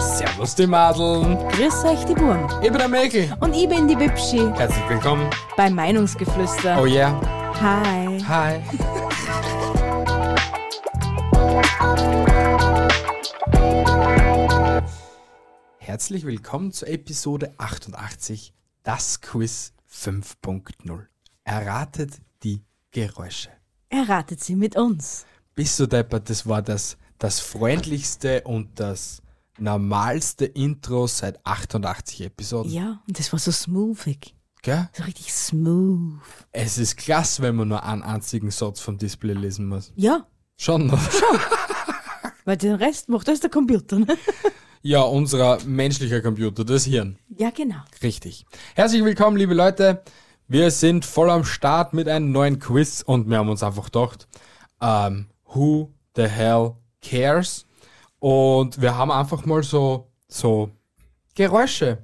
Servus die Madeln, Grüß euch die Burm. ich bin der Mäkel. Und ich bin die Bibschi Herzlich willkommen. bei Meinungsgeflüster. Oh yeah, Hi. hi. Herzlich willkommen zur Episode 88, das Quiz 5.0. Erratet die Geräusche. Erratet sie mit uns. Bist du deppert, das war das, das freundlichste und das normalste Intro seit 88 Episoden. Ja, und das war so smoothig. Gell? So richtig smooth. Es ist klasse, wenn man nur einen einzigen Satz vom Display lesen muss. Ja, Schon noch. weil den Rest macht das der Computer. Ne? Ja, unser menschlicher Computer, das Hirn. Ja, genau. Richtig. Herzlich willkommen, liebe Leute. Wir sind voll am Start mit einem neuen Quiz und wir haben uns einfach gedacht, ähm, who the hell cares? Und wir haben einfach mal so, so Geräusche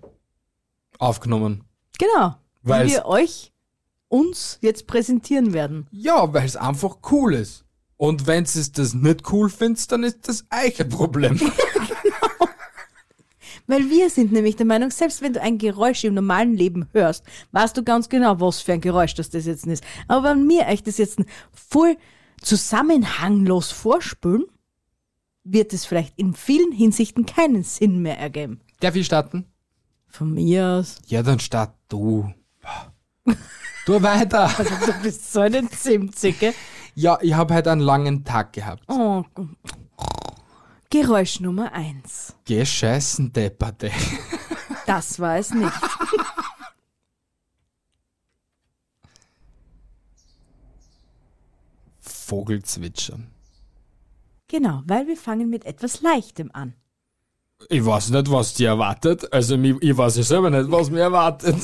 aufgenommen. Genau. Weil's- Weil wir euch uns jetzt präsentieren werden. Ja, weil es einfach cool ist. Und wenn es das nicht cool findet, dann ist das euch ein Problem. Weil wir sind nämlich der Meinung, selbst wenn du ein Geräusch im normalen Leben hörst, weißt du ganz genau, was für ein Geräusch das, das jetzt ist. Aber wenn mir euch das jetzt voll zusammenhanglos vorspülen, wird es vielleicht in vielen Hinsichten keinen Sinn mehr ergeben. Darf ich starten? Von mir aus. Ja, dann start du. Du weiter. Also, Du bist so eine Zimtzicke. Ja, ich habe heute einen langen Tag gehabt. Oh. Geräusch Nummer eins. Gescheißen, Depperte. Das war es nicht. Vogelzwitschern. Genau, weil wir fangen mit etwas Leichtem an. Ich weiß nicht, was die erwartet. Also, mi- ich weiß ja selber nicht, was mir erwartet.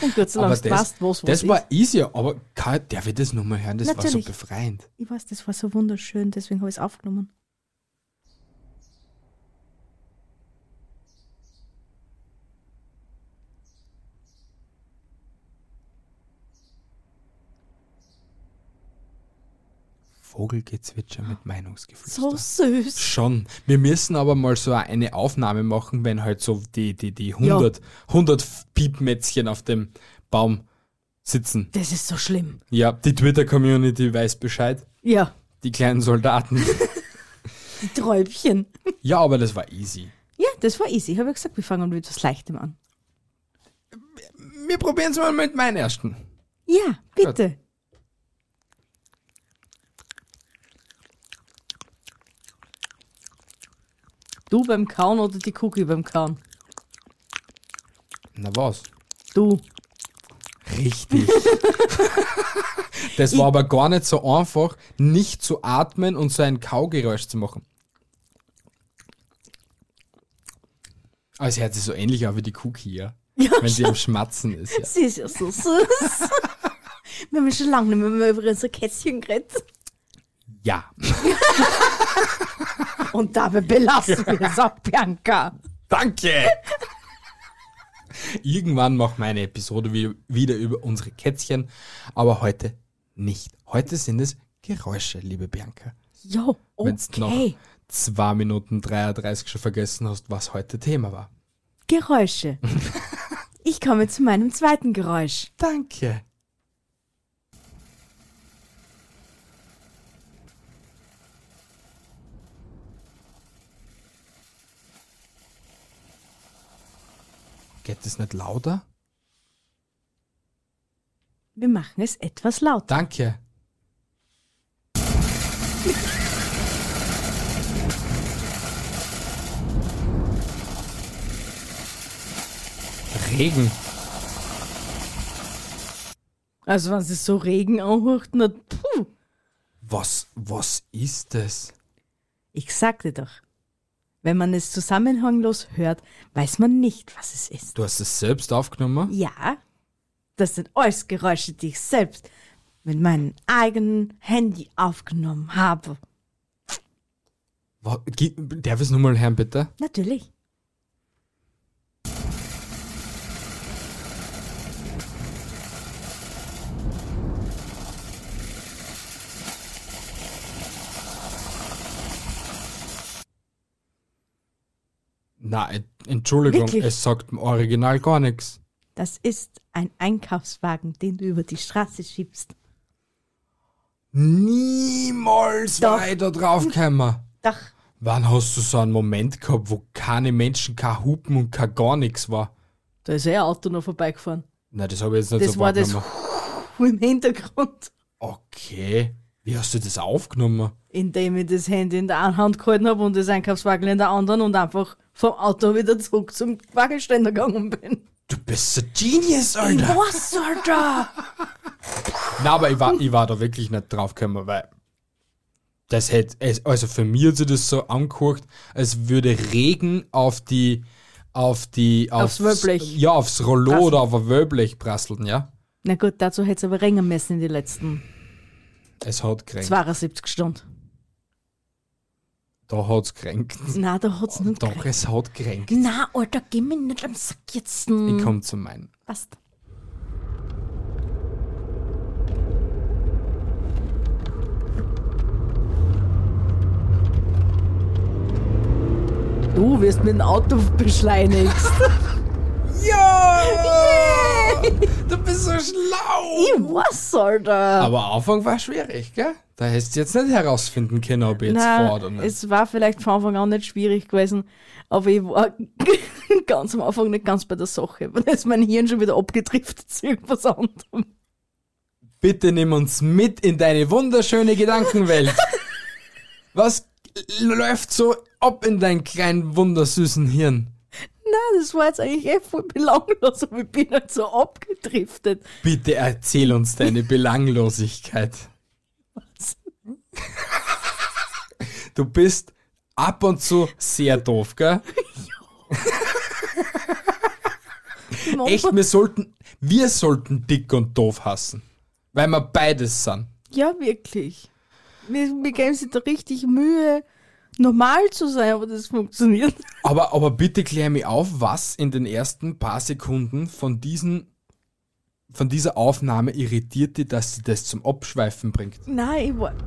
Und Gott sei Dank, das, du weißt, was, was das ist. war easy, aber kann, darf ich das nochmal hören? Das war so Natürlich. befreiend. Ich weiß, das war so wunderschön, deswegen habe ich es aufgenommen. Vogelgezwitscher mit Meinungsgeflüster. So süß. Schon. Wir müssen aber mal so eine Aufnahme machen, wenn halt so die, die, die 100, 100 Piepmätzchen auf dem Baum sitzen. Das ist so schlimm. Ja, die Twitter-Community weiß Bescheid. Ja, Die kleinen Soldaten. die Träubchen. ja, aber das war easy. Ja, das war easy. Ich habe ja gesagt, wir fangen mit etwas Leichtem an. Wir probieren es mal mit meinem ersten. Ja, bitte. Du beim Kauen oder die Cookie beim Kauen? Na was? Du. Richtig. das war aber gar nicht so einfach, nicht zu atmen und so ein Kaugeräusch zu machen. Aber es hört sich so ähnlich an wie die Cookie, ja? Ja, Wenn sie am Schmatzen ist. Ja. sie ist ja so süß. Wir haben schon lange nicht mehr, über unser Kätzchen geredet. ja. Und dabei belassen wir es auch, Bianca. Danke! Irgendwann machen wir eine Episode wie- wieder über unsere Kätzchen, aber heute nicht. Heute sind es Geräusche, liebe Bianca. Jo, Wenn du noch okay. 2 Minuten 33 schon vergessen hast, was heute Thema war. Geräusche. Ich komme zu meinem zweiten Geräusch. Danke. Geht es nicht lauter? Wir machen es etwas lauter. Danke. Regen. Also wenn es so Regen anhört, na puh. Was, was ist das? Ich sagte doch, Wenn man es zusammenhanglos hört, weiß man nicht, was es ist. Du hast es selbst aufgenommen? Ja, das sind alles Geräusche, die ich selbst mit meinem eigenen Handy aufgenommen habe. Wa- gi- Darf ich es nochmal hören, bitte? Natürlich. Na, en- Entschuldigung, Wirklich? es sagt im Original gar nichts. Das ist ein Einkaufswagen, den du über die Straße schiebst. Niemals Doch. war ich da draufgekommen. Doch, Wann hast du so einen Moment gehabt, wo keine Menschen, kein Hupen und kein gar nichts war? da ist eh ein Auto noch vorbeigefahren. Nein, das habe ich jetzt nicht Das so war das wahrgenommen. im Hintergrund, Okay. Wie hast du das aufgenommen? indem ich das Handy in der einen Hand gehalten habe und das Einkaufswagen in der anderen und einfach vom Auto wieder zurück zum Wagenständer gegangen bin. Du bist ein Genius, Alter. Was soll da? Na, aber ich war, ich war da wirklich nicht draufgekommen, weil das hätte, es- also für mich hat sich das so angeguckt, als würde Regen auf die, auf die, Aufs Wellblech. Ja, aufs Rollo Prasseln. oder auf ein Wellblech prasseln, ja. Na gut, dazu hätte es aber länger müssen in die letzten Es hat kränkt. 72 Stunden. Da hat es kränkt. Na, da hat's nicht Doch, es hat kränkt. Na, Alter, geh mir nicht am Sack jetzt. Ich komme zu meinen. Passt. Du wirst mit dem Auto beschleunigt. Ja! Du bist so schlau! Was soll da? Aber Anfang war schwierig, gell? Da hättest du jetzt nicht herausfinden können, ob ich jetzt fahre oder nicht. es war vielleicht von Anfang an nicht schwierig gewesen, aber ich war ganz am Anfang nicht ganz bei der Sache. Weil da ist mein Hirn schon wieder abgedriftet zu irgendwas anderem. Bitte nimm uns mit in deine wunderschöne Gedankenwelt. Was l- läuft so ab in deinem kleinen, wundersüßen Hirn? Nein, das war jetzt eigentlich eh voll belanglos, aber ich bin halt so abgedriftet. Bitte erzähl uns deine Belanglosigkeit. Du bist ab und zu sehr doof, gell? Im Echt, wir sollten, wir sollten dick und doof hassen. Weil wir beides sind. Ja, wirklich. Wir, wir geben sich da richtig Mühe, normal zu sein, aber das funktioniert. Aber, aber bitte klär mir auf, was in den ersten paar Sekunden von diesen von dieser Aufnahme irritiert dich, dass sie das zum Abschweifen bringt. Nein, ich war.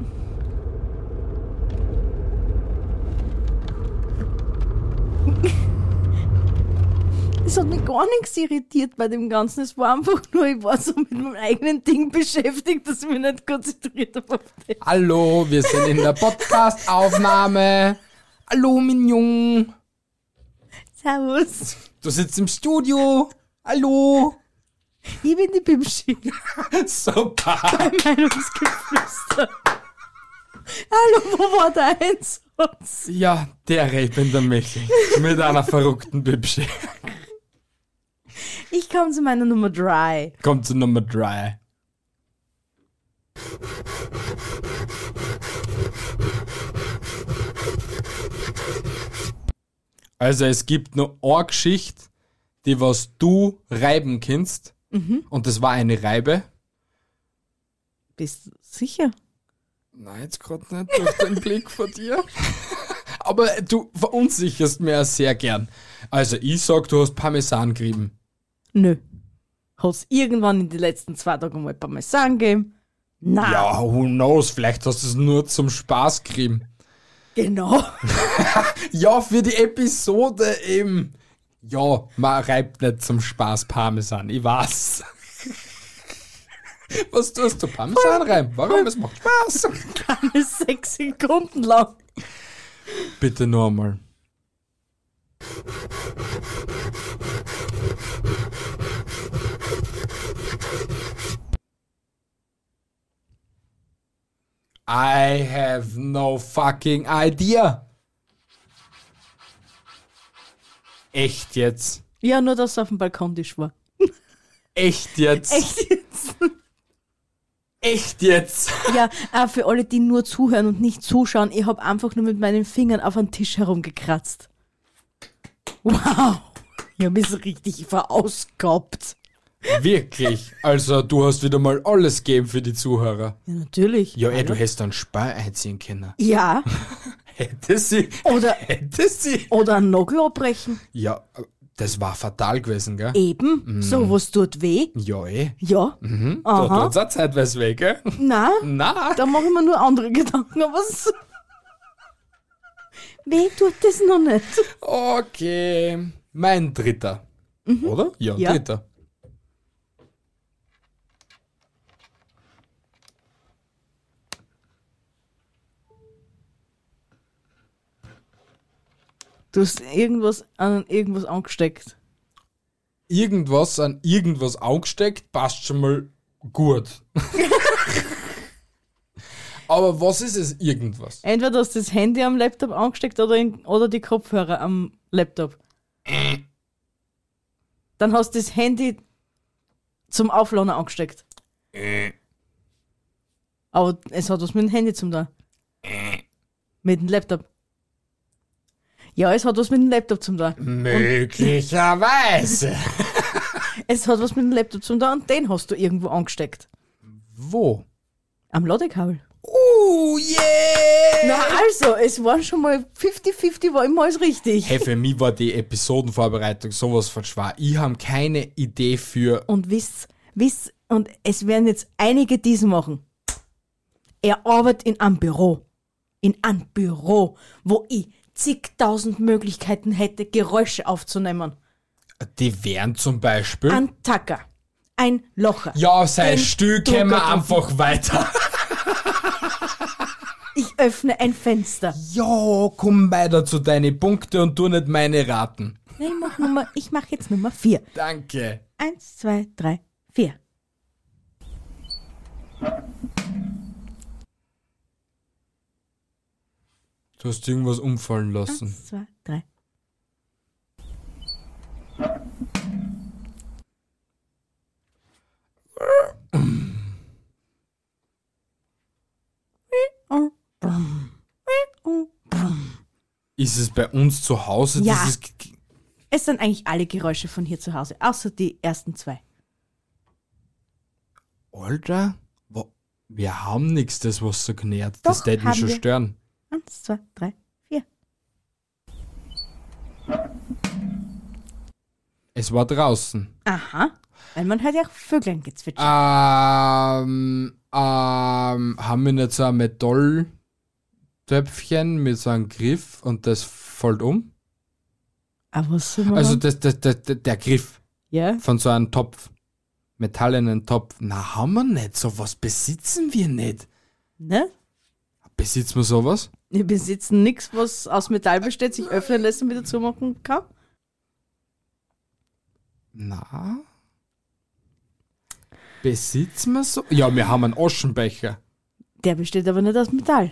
Es hat mich gar nichts irritiert bei dem Ganzen. Es war einfach nur, ich war so mit meinem eigenen Ding beschäftigt, dass ich mich nicht konzentriert habe auf das. Hallo, wir sind in der Podcast-Aufnahme. Hallo, mein Jung. Servus. Du sitzt im Studio. Hallo. Ich bin die Bimschi. Super. Meinungsgeflüster. Hallo, wo war der Einsatz? Ja, der ich bin der Michel. Mit einer verrückten Bibsche. Ich komme zu meiner Nummer 3. Kommt zu Nummer 3. Also es gibt nur eine Geschichte, die was du reiben kannst. Und das war eine Reibe. Bist du sicher? Nein, jetzt gerade nicht durch den Blick von dir. Aber du verunsicherst mir ja sehr gern. Also ich sag, du hast Parmesan gerieben. Nö. Hat's irgendwann in den letzten zwei Tagen mal Parmesan gegeben? Na, Ja, who knows, vielleicht hast du es nur zum Spaß gerieben. genau. Ja, für die Episode eben. Ja, man reibt nicht zum Spaß Parmesan, ich weiß. Was tust du? Parmesan reiben? Warum? Es macht Spaß. Alles sechs Sekunden lang. Bitte nur einmal. I have no fucking idea. Echt jetzt? Ja, nur dass es auf dem Balkon tisch war. Echt jetzt? Echt jetzt? Echt jetzt? Ja, äh, für alle, die nur zuhören und nicht zuschauen, ich habe einfach nur mit meinen Fingern auf einen Tisch herumgekratzt. Wow, ich habe mich richtig verausgabt. Wirklich? Also, du hast wieder mal alles gegeben für die Zuhörer. Ja, natürlich. Ja, ey, du hättest einen Spar einziehen können. Ja, Hätte sie. Oder- Hätte sie. oder einen Nagel abbrechen. Ja, das war fatal gewesen, gell? Eben, Mhm. sowas tut weh. Ja, eh. Ja, Da Aha. tut's auch zeitweise weh, gell? na, Na. da mache ich mir nur andere Gedanken, aber so. Weh tut das noch nicht. Okay. Mein dritter. Oder? Ja, Mhm. Ja. dritter. Du hast irgendwas an irgendwas angesteckt. Irgendwas an irgendwas angesteckt, passt schon mal gut. Aber was ist es irgendwas? Entweder hast du das Handy am Laptop angesteckt oder, in, oder die Kopfhörer am Laptop. Dann hast du das Handy zum Aufladen angesteckt. Aber es hat was mit dem Handy zum tun. Mit dem Laptop. Ja, es hat was mit dem Laptop zum tun. Mhm. Möglicherweise. Es hat was mit dem Laptop zum tun und den hast du irgendwo angesteckt. Wo? Am Ladekabel. Uh, yeah! Na also, es war schon mal 50-50, war immer alles richtig. Hey, für mich war die Episodenvorbereitung sowas von schwer. Ich habe keine Idee für. und wisst, wisst, und es werden jetzt einige dies machen. Er arbeitet in einem Büro. In einem Büro, wo ich zigtausend Möglichkeiten hätte, Geräusche aufzunehmen. Die wären zum Beispiel. Ein Tacker. Ein Locher. ja, sei ein still, können wir Drucker- einfach weiter. Ich öffne ein Fenster. Ja, komm weiter zu deinen Punkten und tu nicht meine Raten. Nein, ich mach, Nummer, ich mach jetzt Nummer vier. Danke. Eins, zwei, drei, vier. Du hast irgendwas umfallen lassen. Eins, zwei, drei. Ist es bei uns zu Hause Ja. dieses... Es sind eigentlich alle Geräusche von hier zu Hause, außer die ersten zwei. Alter, wo- wir haben nichts, das was so genährt. Das Doch, tät mich haben schon wir. stören. Eins, zwei, drei, vier. Es war draußen. Aha. Weil man hört ja auch Vögeln gezwitschern. Ähm, ähm, haben wir nicht so ein Metalltöpfchen mit so einem Griff und das fällt um? Aber so mal- Also das, das, das, das, der Griff ja. von so einem Topf. Metallenen Topf. Na, haben wir nicht. Sowas besitzen wir nicht. Ne? Besitzen wir sowas? Wir besitzen nichts, was aus Metall besteht, sich öffnen lässt und wieder zumachen kann. Na. Besitzen wir so? Ja, wir haben einen Aschenbecher. Der besteht aber nicht aus Metall.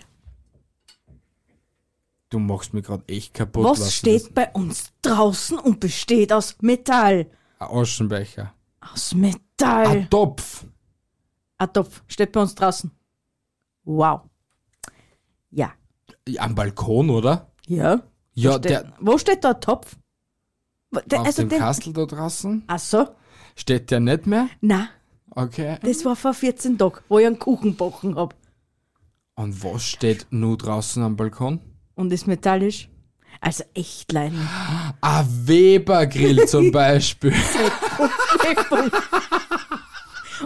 Du machst mir gerade echt kaputt. lass Was mich steht bei uns draußen und besteht aus Metall? das- Ein Aschenbecher. Aus Ein Metall. Topf. Ein Topf steht bei uns draußen. Wow. Ja. Am Balkon, oder? Ja. Ja, Steht- der, wo steht da ein Topf? Wo- Der, Auf also dem den, Kastel da draußen Ach so. steht der nicht mehr. Na, Okay. das war vor 14 Tagen, wo ich einen Kuchen backen habe. Und was steht nur draußen am Balkon? und ist metallisch. Also echt leiden. Ein Webergrill zum Beispiel.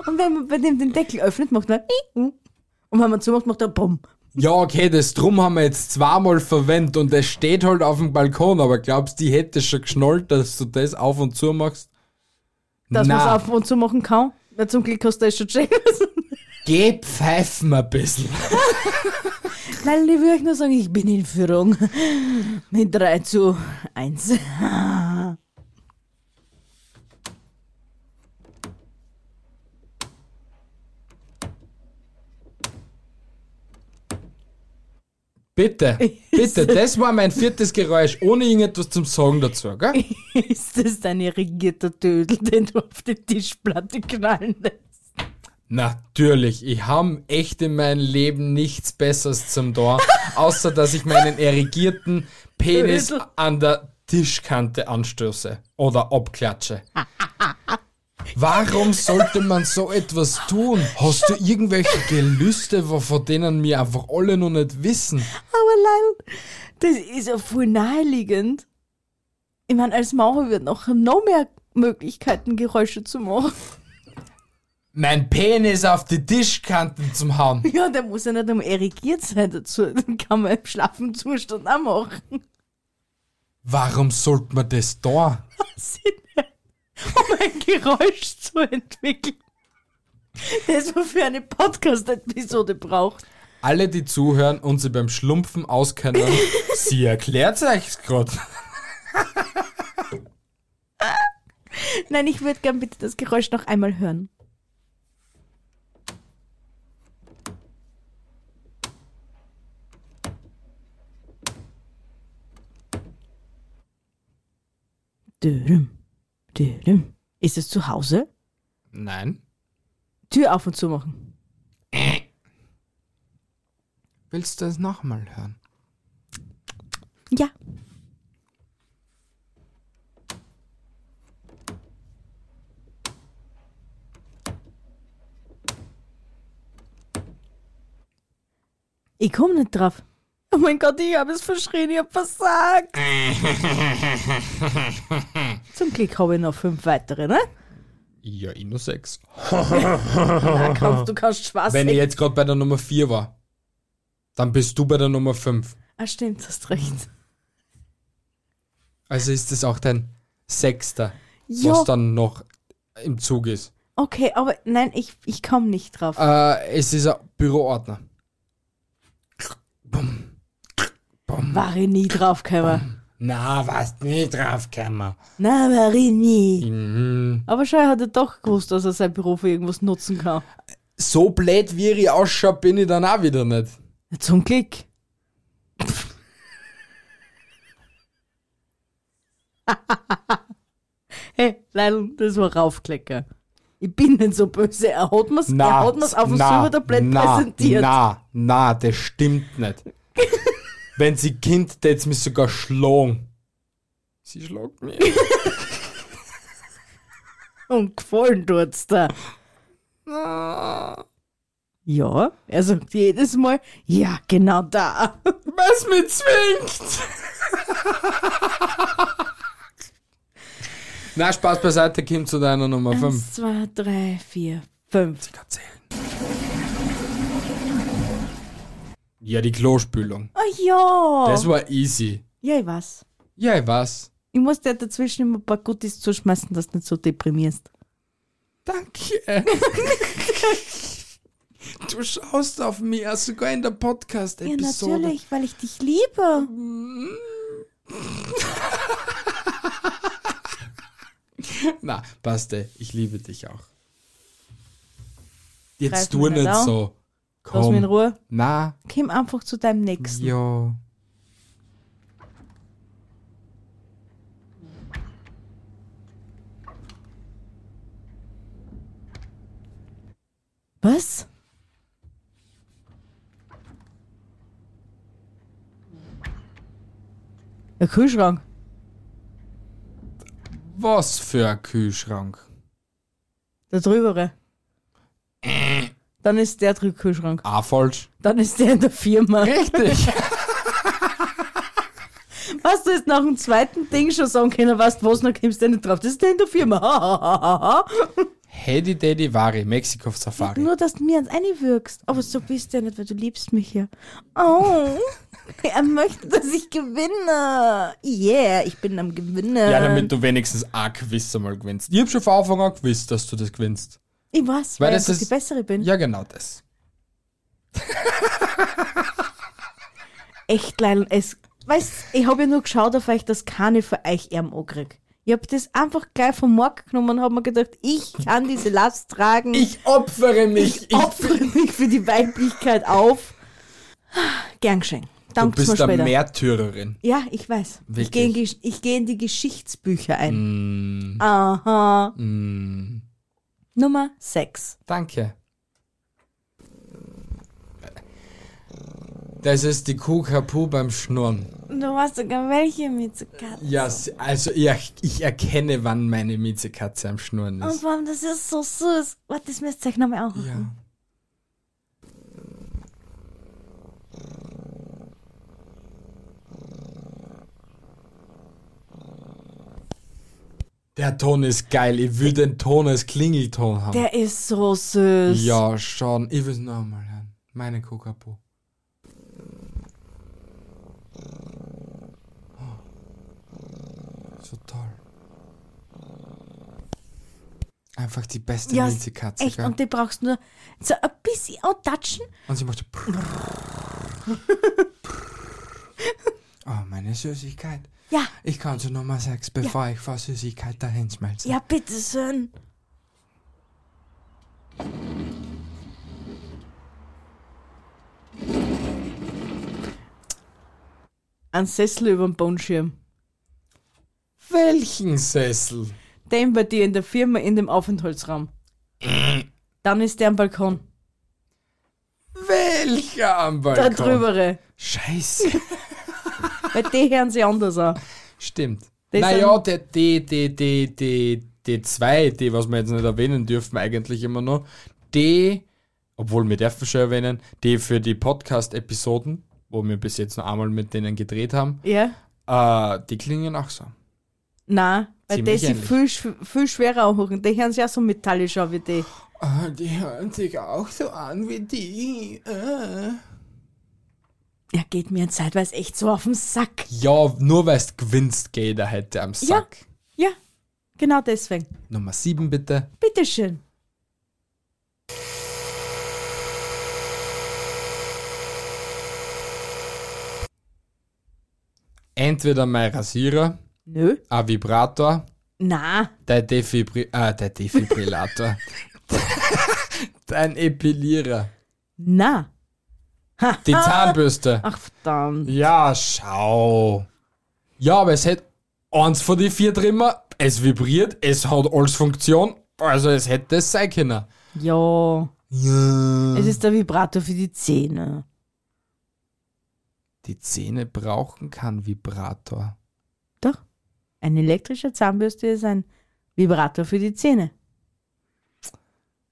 und wenn man bei dem den Deckel öffnet, macht man und wenn man zumacht, macht er Bumm. ja, okay, das Drum haben wir jetzt zweimal verwendet und es steht halt auf dem Balkon, aber glaubst du, die hätte schon geschnallt, dass du das auf und zu machst? Dass man es Na, auf und zu machen kann. Na, zum Glück hast du das schon gecheckt. geh pfeifen ein bisschen. Nein, ich will euch nur sagen, ich bin in Führung. Mit 3 zu 1. Bitte, bitte, das war mein viertes Geräusch, ohne irgendetwas zum Sagen dazu, gell? Ist das dein irrigierter Dödel, den du auf die Tischplatte knallen lässt? Natürlich, ich habe echt in meinem Leben nichts Besseres zum Tor, außer dass ich meinen erigierten Penis Blödel. an der Tischkante anstöße oder abklatsche. Warum sollte man so etwas tun? Hast du irgendwelche Gelüste, wo- von denen wir einfach alle noch nicht wissen? Aber Leil, das ist ja voll naheliegend. Ich meine, als Maurer wird noch noch mehr Möglichkeiten, Geräusche zu machen. Mein Penis auf die Tischkanten zum Hauen. Ja, der muss ja nicht einmal erigiert sein dazu. Den kann man im schlaffen Zustand auch machen. Warum sollte man das da? Um ein Geräusch zu entwickeln. Das man für eine Podcast-Episode braucht. Alle, die zuhören und sie beim Schlumpfen auskennen, sie erklärt euch gerade. Nein, ich würde gern bitte das Geräusch noch einmal hören. Dürüm, dürüm. Ist es zu Hause? Nein. Tür auf und zu machen. Willst du es nochmal hören? Ja. Ich komme nicht drauf. Oh mein Gott, ich habe es verschrien, ich habe versagt. Zum Glück habe ich noch fünf weitere, ne? Ja, ich nur sechs. Na, kannst, du kannst Spaß Wenn ich jetzt gerade bei der Nummer vier war, dann bist du bei der Nummer fünf. Ah, stimmt, hast recht. Also ist es auch dein sechster, Ja, was dann noch im Zug ist. okay, aber nein, ich, ich komme nicht drauf. Äh, es ist ein Büroordner. War ich nie draufgekommen. Na, was nicht drauf kann man. Na, war ich nie. Mhm. Aber Schei hat er doch gewusst, dass er sein Büro für irgendwas nutzen kann. So blöd wie ich ausschaue, bin ich dann auch wieder nicht. Na, Zum Glück. hey, leider, das war Raufklecker. Ich bin nicht so böse. Er hat mir's, er hat mir's auf dem na, Silbertablett na, präsentiert. Na, na, das stimmt nicht. Wenn sie Kind, tät's mich sogar schlagen. Sie schlagt mich. Und gefallen tut's da. Ja, er sagt jedes Mal, ja, genau da. Was mich zwingt. na, Spaß beiseite, Kim, zu deiner Nummer 5. Eins, zwei, drei, vier, fünf. Ja, die Klospülung. Oh ja. Das war easy. ja, ich weiß. Ja, ich weiß. Ich muss dir dazwischen immer ein paar Goodies zuschmeißen, dass du nicht so deprimierst. Danke. du schaust auf mich, also sogar in der Podcast-Episode. weil ich dich liebe. Na, Baste, ich liebe dich auch. Jetzt Greif tu mich nicht nicht an. so. Komm. Lass mich in Ruhe. Na, Komm einfach zu deinem Nächsten. ja. Was? Der Kühlschrank. Was für ein Kühlschrank. Der drübere. Dann ist der drüben Kühlschrank. Ah, falsch. Dann ist der in der Firma. Richtig. Was du jetzt nach dem zweiten Ding schon sagen können, weißt du was, dann kommst du nicht drauf. Das ist der in der Firma. Ha, ha, ha, ha, ha. Hedy Daddy Wari, Mexiko Safari. Nur, dass du mir ans eine wirkst. Aber so bist du ja nicht, weil du liebst mich ja. Oh, er möchte, dass ich gewinne. Yeah, ich bin am Gewinner. Ja, damit du wenigstens ein Quiz einmal gewinnst. Ich hab schon von Anfang an gewusst, dass du das gewinnst. Ich weiß, Weil weil, das ich einfach ist- die Bessere bin. Ja, genau das. Echt, Leil, es... Weißt, ich habe ja nur geschaut auf euch, dass keine von euch Erm ankriegt. Ich habe das einfach gleich vom Markt genommen und habe mir gedacht, ich kann diese Last tragen. Ich opfere mich. ich opfere mich für die Weiblichkeit auf. Gern geschenkt. du Danke mal bist eine später. Märtyrerin. Ja, ich weiß. Wirklich? Ich gehe in, Gesch- ich geh in die Geschichtsbücher Mm. ein. Aha. Nummer 6. Danke. Das ist die Kuhkapu beim Schnurren. Du hast sogar welche Miezekatze. Ja, s- also ich, ich erkenne, wann meine Miezekatze am Schnurren Und ist. vor allem, das ist so süß. Warte, das müsst ihr euch nochmal auch Ja. Der Ton ist geil. Ich will den Ton als Klingelton haben. Der ist so süß. ja, schon. Ich will es nochmal hören. Meine Kokapo. So toll. Einfach die beste Ja, Minzikatze, echt. gell? Und die brauchst nur so ein bisschen antatschen. Und sie macht so Oh, meine Süßigkeit. Ja, Ich kann zu Nummer 6, bevor ich vor Süßigkeit dahin schmelze. ja, bitte schön. Ein Sessel über dem Bodenschirm. Welchen Sessel? Den bei dir in der Firma in dem Aufenthaltsraum. Dann ist der am Balkon. Welcher am Der Balkon? drübere. Scheiße. Weil die hören sie anders an. Stimmt. Das naja, die, die, die, die, die, die zwei, die, was wir jetzt nicht erwähnen dürfen, eigentlich immer noch, die, obwohl wir dürfen schon erwähnen, die für die Podcast-Episoden, wo wir bis jetzt noch einmal mit denen gedreht haben, Ja? äh, die klingen auch so. Nein, weil die Ziemlich sind ähnlich. viel, sch- viel schwerer anhören. Die hören sich auch so metallisch an wie die. Ah, die hören sich auch so an wie die. äh. Ja, geht mir in zeitweise echt so auf den Sack. Ja, nur weil es gewinnst, geht er hätte am Sack. Ja, genau deswegen. Nummer 7 bitte. Bitteschön. Entweder mein Rasierer, Nö. ein Vibrator, Na, der, Defibri äh, der Defibrillator, dein Epilierer, na. die Zahnbürste. Ah. Ach verdammt. Ja, schau. Ja, aber es hätte eins von die vier drin, es vibriert, es hat alles Funktion, also es hätte es sein können. Ja. Ja. Es ist der Vibrator für die Zähne. die Zähne brauchen keinen Vibrator. Doch. Ein elektrischer Zahnbürste ist ein Vibrator für die Zähne.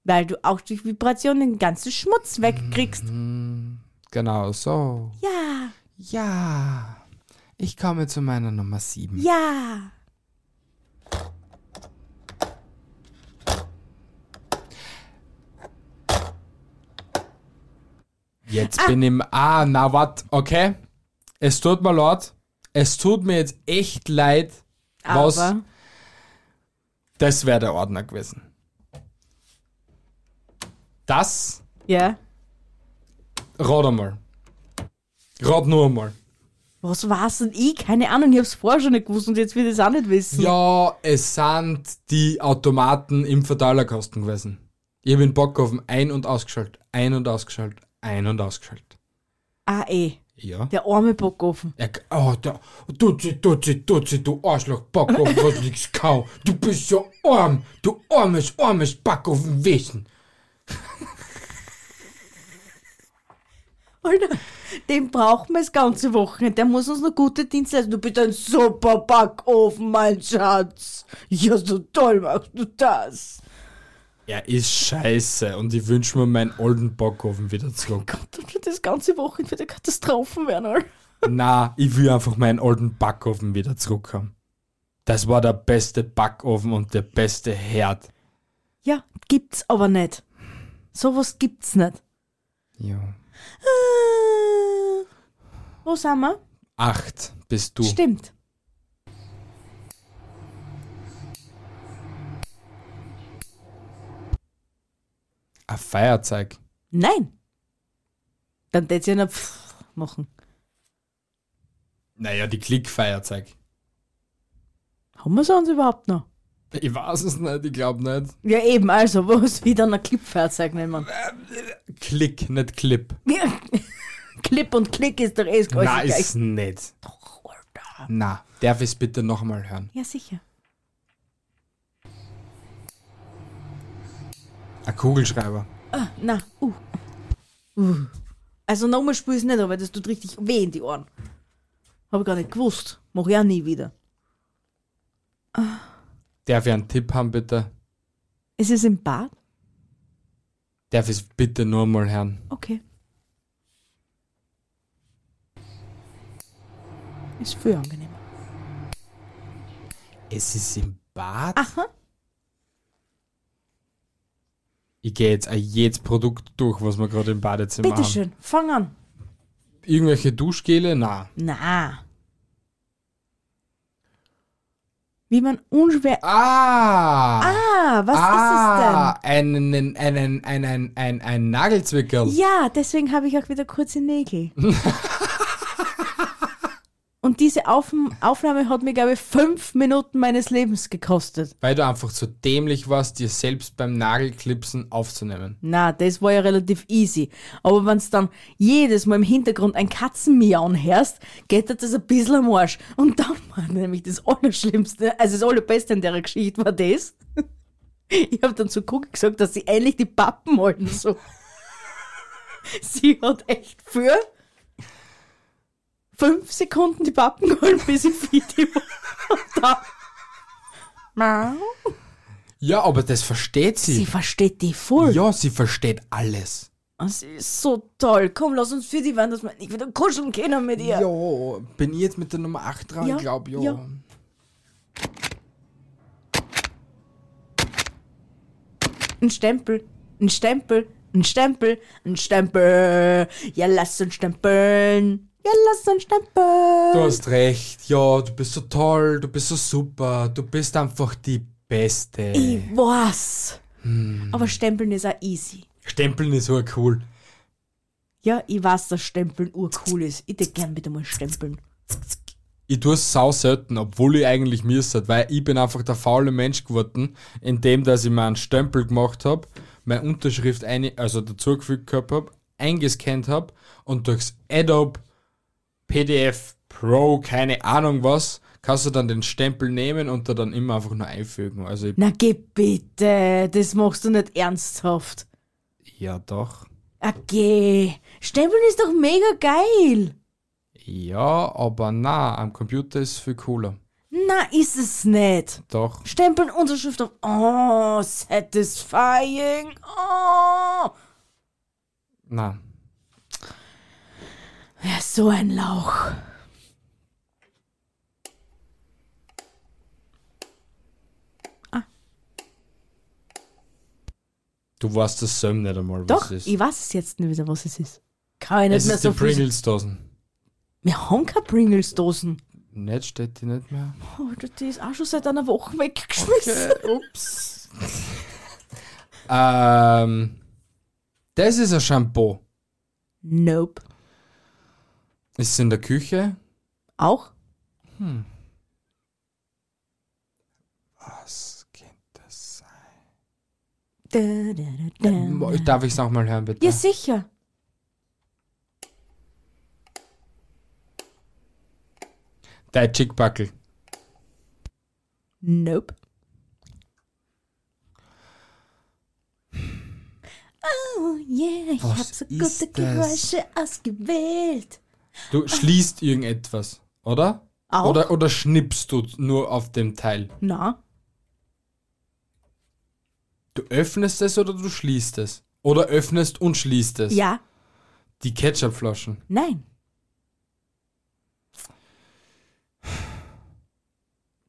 Weil du auch durch Vibration den ganzen Schmutz wegkriegst. Mhm. Genau so. Ja, Ja, ich komme zu meiner Nummer 7. ja. Jetzt bin ich im... Ah, na wat, okay. Es tut mir leid. Es tut mir jetzt echt leid. Aber Was? Das wäre der Ordner gewesen. Das... ja. Rat einmal. Rat nur einmal. Was war's denn ich? Keine Ahnung, ich hab's vorher schon nicht gewusst und jetzt will ich es auch nicht wissen. Ja, es sind die Automaten im Verteilerkasten gewesen. Ich bin Bock auf dem Ein- und Ausgeschaltet, Ein- und Ausgeschaltet, Ein- und Ausgeschaltet. Ah, eh. Ja. Der arme Bockofen. Er, oh, der, Duzi, Duzi, Duzi, du Arschloch, Backofen, was nix kau. Du bist so arm, du armes, armes Backofen Wesen. Alter, den brauchen wir das ganze Wochenende. Der muss uns noch gute Dienste leisten. Du bist ein super Backofen, mein Schatz. Ja, so toll machst du das. Er ist scheiße und ich wünsche mir meinen alten Backofen wieder zurück. Gott, und wird das ganze Wochenende wieder Katastrophen werden, Alter. Na, ich will einfach meinen alten Backofen wieder zurück haben. Das war der beste Backofen und der beste Herd. Ja, gibt's aber nicht. Sowas gibt's nicht. Ja. Äh, Wo sind wir? Acht bist du. Stimmt. Ein Feuerzeug. Nein. Dann tät sie einen Pfff machen. Naja, die Klick-Feuerzeug. Haben wir sonst überhaupt noch? Ich weiß es nicht, ich glaube nicht. Ja, eben, also, was wieder ein Clipfahrzeug nehmen. Klick, nicht Clip. Wir- Clip und Klick ist doch eh das gleiche. Na, ist nicht. Doch, Alter. Na, darf ich es bitte nochmal hören? Ja, sicher. Ein Kugelschreiber. Na, uh. Also nochmal spüre ich es nicht, aber das tut richtig weh in die Ohren. Habe ich gar nicht gewusst. Mach ich auch nie wieder. Darf ich einen Tipp haben, bitte? Ist es im Bad? Darf ich es bitte nur mal hören? Okay. Ist viel angenehmer. Es ist im Bad? Aha. Ich gehe jetzt auch jedes Produkt durch, was wir gerade im Badezimmer haben. Bitteschön, fang an. Irgendwelche Duschgele? Na, Na. Wie man unschwer. Ah! Ah, was ist es Einen, einen, einen, ein, ein Nagelzwickerl. denn? Ja, deswegen habe ich auch wieder kurze Nägel. Und diese Auf Aufnahme hat mir, glaube ich, fünf Minuten meines Lebens gekostet. Weil du einfach zu dämlich warst, dir selbst beim Nagelklipsen aufzunehmen. Na, das war ja relativ easy. Aber wenn dann jedes Mal im Hintergrund ein Katzenmiauen hörst, geht dir das ein bisschen am Arsch. Und dann war nämlich das Allerschlimmste, also das Allerbeste in der Geschichte war das. Ich habe dann zu Cookie gesagt, dass sie endlich die Pappen halten soll. Sie hat echt für fünf Sekunden die Pappen geholt, bis ich fit war. Und dann... Miau. Ja, aber das versteht sie. Sie versteht die voll. ja, sie versteht alles. Das ist so toll. Komm, lass uns für die werden, dass wir nicht wieder kuscheln können mit ihr. Jo, bin ich jetzt mit der Nummer 8 dran? Ja, Ich glaube, jo. ja. Ein Stempel, ein Stempel, ein Stempel, ein Stempel. Ja, lass uns stempeln. Ja, lass uns stempeln. Du hast recht. Ja, du bist so toll, du bist so super, du bist einfach die Beste. ich weiß. Aber Stempeln ist auch easy. Stempeln ist so cool. Ja, ich weiß, dass Stempeln urcool ist. Ich hätte gern wieder mal stempeln. ich tue es sau selten, obwohl ich eigentlich müsste, weil ich bin einfach der faule Mensch geworden, indem dass ich mir einen Stempel gemacht habe, meine Unterschrift eine, also dazugefügt gehabt habe, eingescannt habe und durchs Adobe PDF Pro, keine Ahnung was, kannst du dann den Stempel nehmen und da dann immer einfach nur einfügen. Also ich, Na, geh bitte. Das machst du nicht ernsthaft. ja doch. Ah, geh. Stempeln ist doch mega geil. Ja, aber na, am Computer ist es viel cooler. Na, ist es nicht. Doch. Stempeln, Unterschrift auf. Oh, satisfying. Oh. Na. Ja, so ein Lauch. Du weißt das selber nicht einmal, was Doch, es ich ist. weiß es jetzt nicht wieder, was es ist. Kann ich nicht Es mehr ist so die viel. Pringles-Dosen. Wir haben keine Pringles-Dosen. Nicht, steht die nicht mehr. Oh, die ist auch schon seit einer Woche weggeschmissen. ups. ähm, das ist ein Shampoo. Nope. Ist es in der Küche? Auch? Was könnte das sein? Da, da, da, da. Darf ich es nochmal hören, bitte? Ja, sicher. Der Chickbuckel. Nope. Oh yeah, ich Was hab so ist gute das? Geräusche ausgewählt. Du schließt irgendetwas, oder? Ah. Auch? Oder, oder schnippst du nur auf dem Teil? Na, Du öffnest es oder du schließt es? Oder öffnest und schließt es? ja, Die Ketchupflaschen. nein.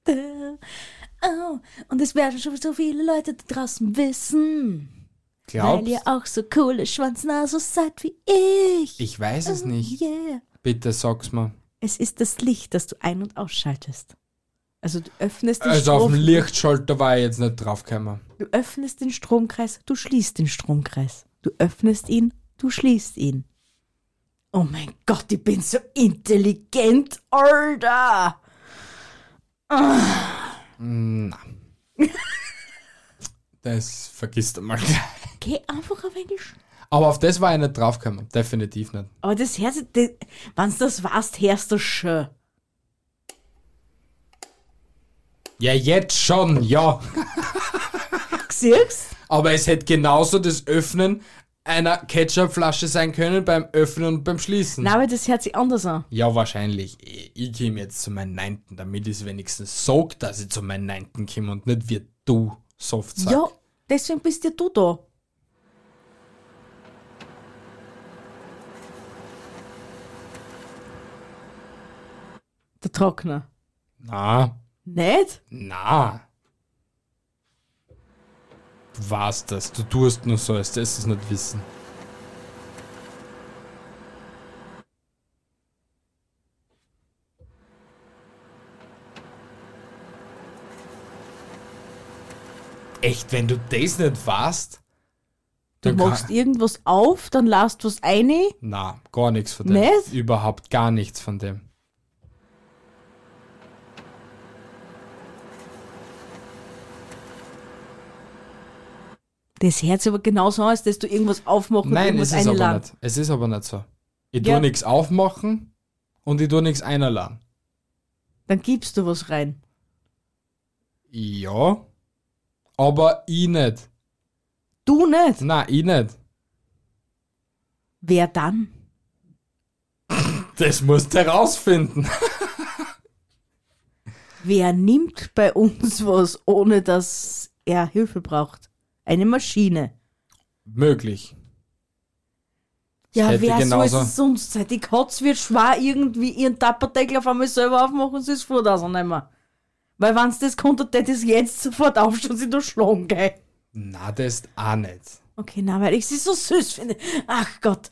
Da. Äh, Oh, und es werden schon so viele Leute da draußen wissen, weil Glaubst ihr auch so coole Schwanznasen seid wie ich. Ich weiß Ähm. es nicht. Yeah. Bitte sag's mir. Es ist das Licht, das du ein- und ausschaltest. Also du öffnest den Also auf dem Strom- Lichtschalter war ich jetzt nicht draufgekommen. Du öffnest den Stromkreis, du schließt den Stromkreis. Du öffnest ihn, du schließt ihn. Oh mein Gott, ich bin so intelligent, Alter! Das vergisst du mal. Geh einfach auf Englisch. Aber auf das war ich nicht draufgekommen. Definitiv nicht. Aber das Herz, das, wenn's das warst, hörst du schon. Ja, jetzt schon, ja. Siehst? Aber es hätte genauso das Öffnen einer Ketchupflasche sein können beim Öffnen und beim Schließen. Na, aber das hört sich anders an. Ja, wahrscheinlich. Ich, ich komme jetzt zu meinem Neinten, damit ich es wenigstens sag, dass ich zu meinem Neinten komme und nicht wie du, Softsack. Ja, deswegen bist ja du da. Der Trockner. Na, Nicht? na. Du warst das. Du tust nur so, als das es nicht wissen. Echt, wenn du das nicht warst? Du dann kann- machst irgendwas auf, dann lasst was ein. Na, gar nichts von dem. Nicht? Überhaupt gar nichts von dem. Das hört sich aber genauso an, als dass du irgendwas aufmachst und Nein, irgendwas es ist aber einladen. nicht. Es ist aber nicht so. Ich Ja. tu nichts aufmachen und ich tu nichts einladen. Dann gibst du was rein. Ja. Aber ich nicht. Du nicht. Nein, ich nicht. Wer dann? Das musst du herausfinden. Wer nimmt bei uns was, ohne dass er Hilfe braucht? Eine Maschine. Möglich. Ja, hätte wer genauso- soll es sonst sein? Die Katz wird schwer irgendwie ihren Tapperdeckel auf einmal selber aufmachen und sie ist froh, dass er nicht mehr. Weil wenn es das konnte, hätte es jetzt sofort aufstehen und sie da schlagen gehen. Na, das auch nicht. Okay, na, weil ich sie so süß finde. Ach Gott.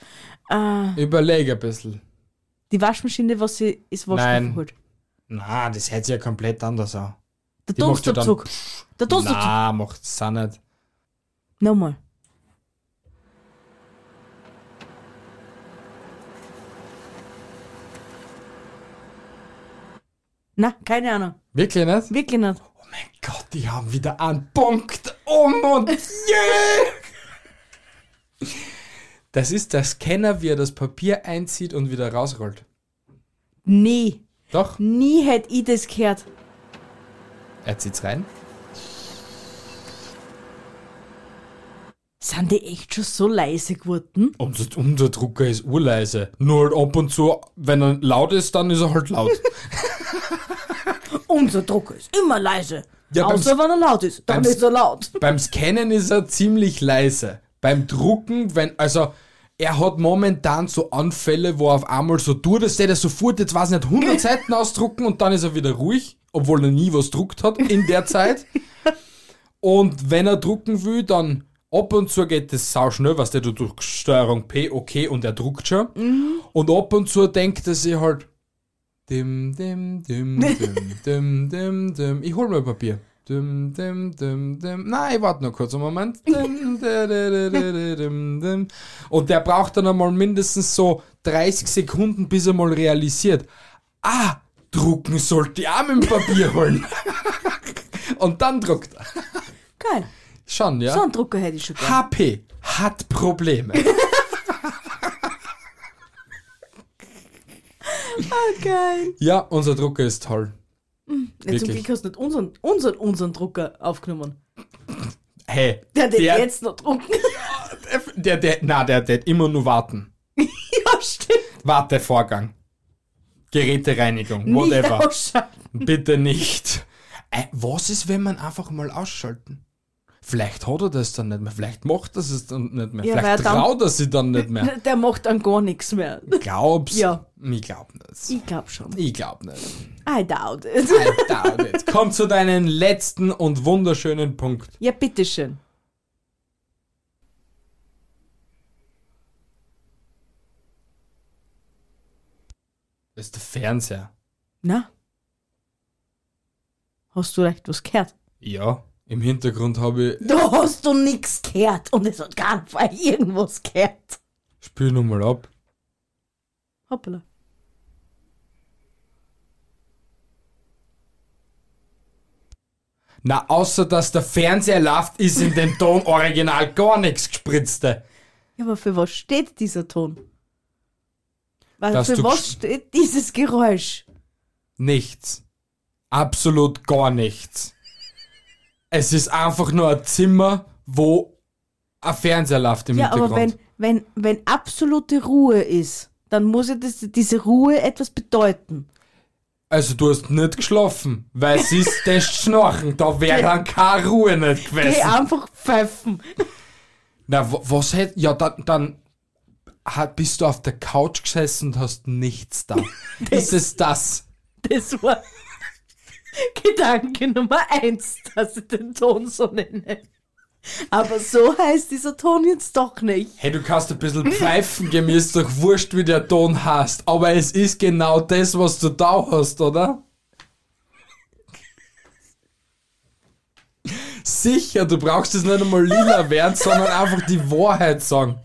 Äh, Überleg ein bisschen. die Waschmaschine, was sie ist Nein. waschen holt. Na, das hört sich ja komplett anders an. Der Die macht ja dann- Dunstabzug. Der Dunstabzug. Na, macht's auch nicht. Nochmal. Na, keine Ahnung. Wirklich nicht? Wirklich nicht. Oh mein Gott, die haben wieder einen Punkt. Oh mon Dieu! Das ist der Scanner, wie er das Papier einzieht und wieder rausrollt. Nie. Doch, Nie hätte ich das gehört. er zieht's rein. Sind die echt schon so leise geworden? Unser, unser Drucker ist urleise. Nur halt ab und zu, wenn er laut ist, dann ist er halt laut. Unser Drucker ist immer leise. Ja, beim Außer S- wenn er laut ist. Dann beim ist er laut. Beim Scannen ist er ziemlich leise. Beim Drucken, wenn, also, er hat momentan so Anfälle, wo er auf einmal so tut, als hätte er sofort, jetzt weiß ich nicht, 100 Seiten ausdrucken und dann ist er wieder ruhig, obwohl er nie was druckt hat in der Zeit. Und wenn er drucken will, dann ab und zu geht das sau schnell, was der du drückst Steuerung P, okay, und er druckt schon. Und ab und zu denkt er sich halt, dim, dim, dim, dim, dim, dim, dim, ich hol mir Papier. Dim, dim, dim, dim. Nein, ich warte noch kurz einen Moment. Dim, da, da, da, da, da, dim, dim. Und der braucht dann einmal mindestens so 30 Sekunden, bis er mal realisiert, ah, drucken sollte ich auch mit dem Papier holen. Und dann druckt er. Geil. Schon, ja. So einen Drucker hätte ich schon gern. HP hat Probleme. Ah, Geil. ja, unser Drucker ist toll. Ja, zum Wirklich. Glück hast du nicht unseren, unseren, unseren Drucker aufgenommen. Hey, Der, der, der, jetzt noch drucken. der, der, na, der, der immer nur warten. ja, stimmt. Wartevorgang. Gerätereinigung, Nicht whatever. ausschalten. Bitte nicht. Äh, was ist, wenn man einfach mal ausschalten? Vielleicht hat er das dann nicht mehr, vielleicht macht er es dann nicht mehr, Ja, weil vielleicht er dann- traut er sich dann nicht mehr. Der macht dann gar nichts mehr. Glaubst Ja. Ich glaub nicht. Ich glaub schon. Ich glaub nicht. I doubt it. I doubt it. Komm zu deinem letzten und wunderschönen Punkt. Ja, bitteschön. Das ist der Fernseher. Na? Hast du vielleicht was gehört? Ja, im Hintergrund habe ich. Da hast du nichts gehört und es hat gar nicht irgendwas gehört. Spiel nochmal ab. Hoppala. Na, außer dass der Fernseher läuft, ist in dem Ton original gar nichts gespritzte. Ja, aber für was steht dieser Ton? Weil Dass für du was gesch- steht dieses Geräusch? Nichts. Absolut gar nichts. Es ist einfach nur ein Zimmer, wo ein Fernseher läuft im Ja, aber Hintergrund. wenn, wenn, wenn absolute Ruhe ist, dann muss ja das, diese Ruhe etwas bedeuten. also du hast nicht geschlafen, weil es ist das Schnorchen, da wäre dann keine Ruhe nicht Geh gewesen. einfach pfeifen. Na, wa- was hätt, ja, dann, dann hat, bist du auf der Couch gesessen und hast nichts da. ist es das? Das war Gedanke Nummer eins, dass ich den Ton so nenne. Aber so heißt dieser Ton jetzt doch nicht. Hey, du kannst ein bisschen pfeifen gehen, mir ist doch wurscht, wie der Ton hast, aber es ist genau das, was du da hast, oder? Sicher, du brauchst es nicht einmal lila werden, sondern einfach die Wahrheit sagen.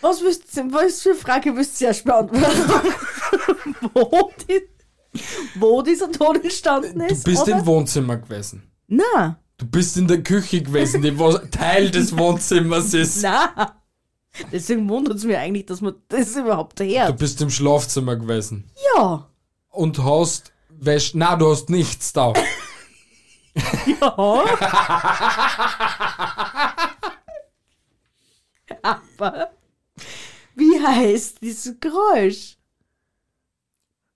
Was, willst, du- was für eine Frage willst du zuerst beantworten? wo, die, wo dieser Ton entstanden Du ist? bist oder? im Wohnzimmer gewesen. Na, Du bist in der Küche gewesen, die wo- Teil des Wohnzimmers ist. na. Deswegen wundert es mir eigentlich, dass man das überhaupt Du daher. bist im Schlafzimmer gewesen. Ja, Und hast Wäsch. Na, du hast nichts da. ja. Aber wie heißt dieses Geräusch?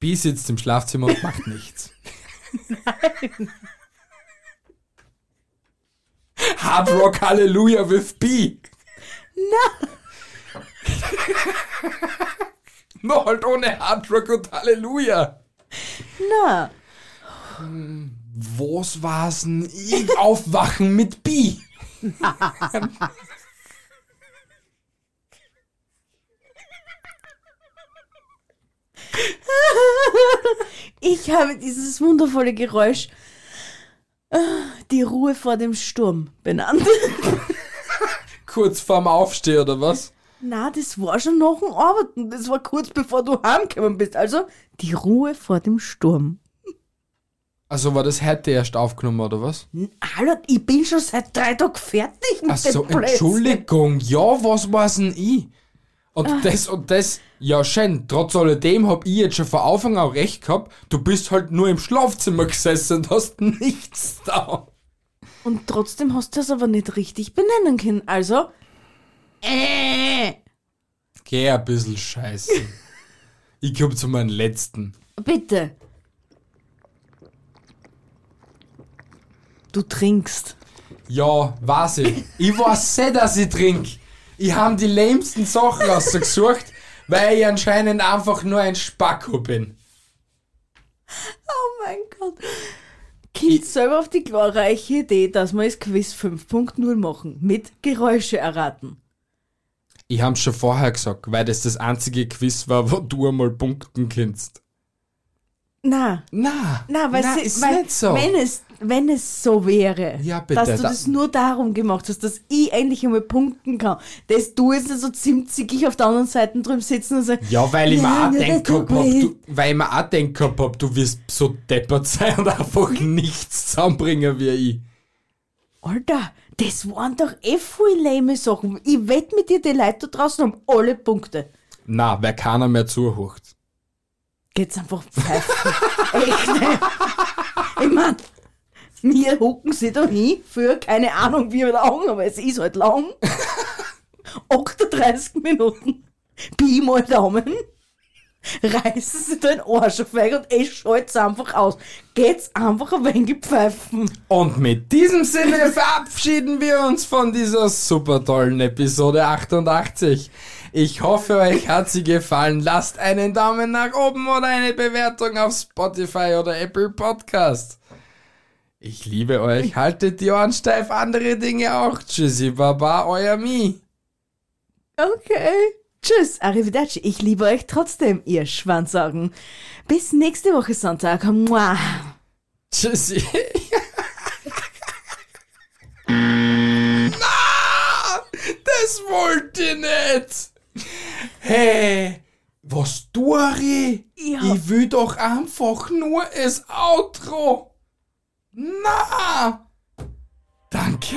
B sitzt im Schlafzimmer und macht nichts. Nein. Hard Rock Hallelujah with B. Na. Nur halt ohne Hard Rock und Halleluja. Na, Was war's denn? Ich aufwachen mit B. ich habe dieses wundervolle Geräusch äh, die Ruhe vor dem Sturm benannt. Kurz vorm Aufstehen oder was? Na, das war schon nach dem Arbeiten. Das war kurz bevor du heimgekommen bist. Also die Ruhe vor dem Sturm. Also war das heute erst aufgenommen oder was? N- Hallo, ich bin schon seit drei Tagen fertig mit Achso, dem Blödsinn. Entschuldigung, ja, was war's denn ich? Und das und das, ja schön, trotz alledem hab ich jetzt schon von Anfang an recht gehabt, du bist halt nur im Schlafzimmer gesessen und hast nichts da. Und trotzdem hast du das aber nicht richtig benennen können. Also, äh, Geh ein bisschen scheiße. ich komm zu meinem letzten. bitte. Du trinkst. Ja, weiß ich. Ich weiß sehr, dass ich trink. Ich hab die lähmsten Sachen rausgesucht, weil ich anscheinend einfach nur ein Spacko bin. Oh mein Gott. Kind selber auf die glorreiche Idee, dass wir das Quiz 5.0 machen. Mit Geräusche erraten. Ich hab's schon vorher gesagt, weil das das einzige Quiz war, wo du einmal punkten kannst. Na, Na, na, weil, sie, ist weil nicht so. wenn, es, wenn es so wäre, Ja, bitte, dass du da- das nur darum gemacht hast, dass ich endlich einmal punkten kann, dass du jetzt so zimtzigig auf der anderen Seite drüben sitzen und sagst, ja, weil ich mir Ja, auch ja, denkt das hab, tut mir du, weil ich mir auch denkt gehabt hab, du wirst so deppert sein und einfach nichts zusammenbringen wie ich. Alter, das waren doch eh viele lame Sachen. Ich wette mit dir, die Leute da draußen haben alle Punkte. Na, weil keiner mehr zuhört. geht's einfach pfeifen. Echt, ey. Ich mein, wir hocken sie da hin für keine Ahnung wie lang, aber es ist halt lang. 38 Minuten. Pi mal Daumen. Reißen sie den Arsch auf weg und ich schalt's einfach aus. Geht's einfach ein wenig pfeifen. Und mit diesem Sinne verabschieden wir uns von dieser super tollen Episode 88. Ich hoffe, euch hat sie gefallen. Lasst einen Daumen nach oben oder eine Bewertung auf Spotify oder Apple Podcast. Ich liebe euch. Haltet die Ohren steif, andere Dinge auch. Tschüssi, Baba, euer Mi. Okay. Tschüss, Arrivederci. Ich liebe euch trotzdem, ihr Schwanzaugen. Bis nächste Woche Sonntag. Mua. Tschüssi. Na, das wollte ich nicht. Hey, was tue ich? Ja. Ich will doch einfach nur es Outro. Na. Danke.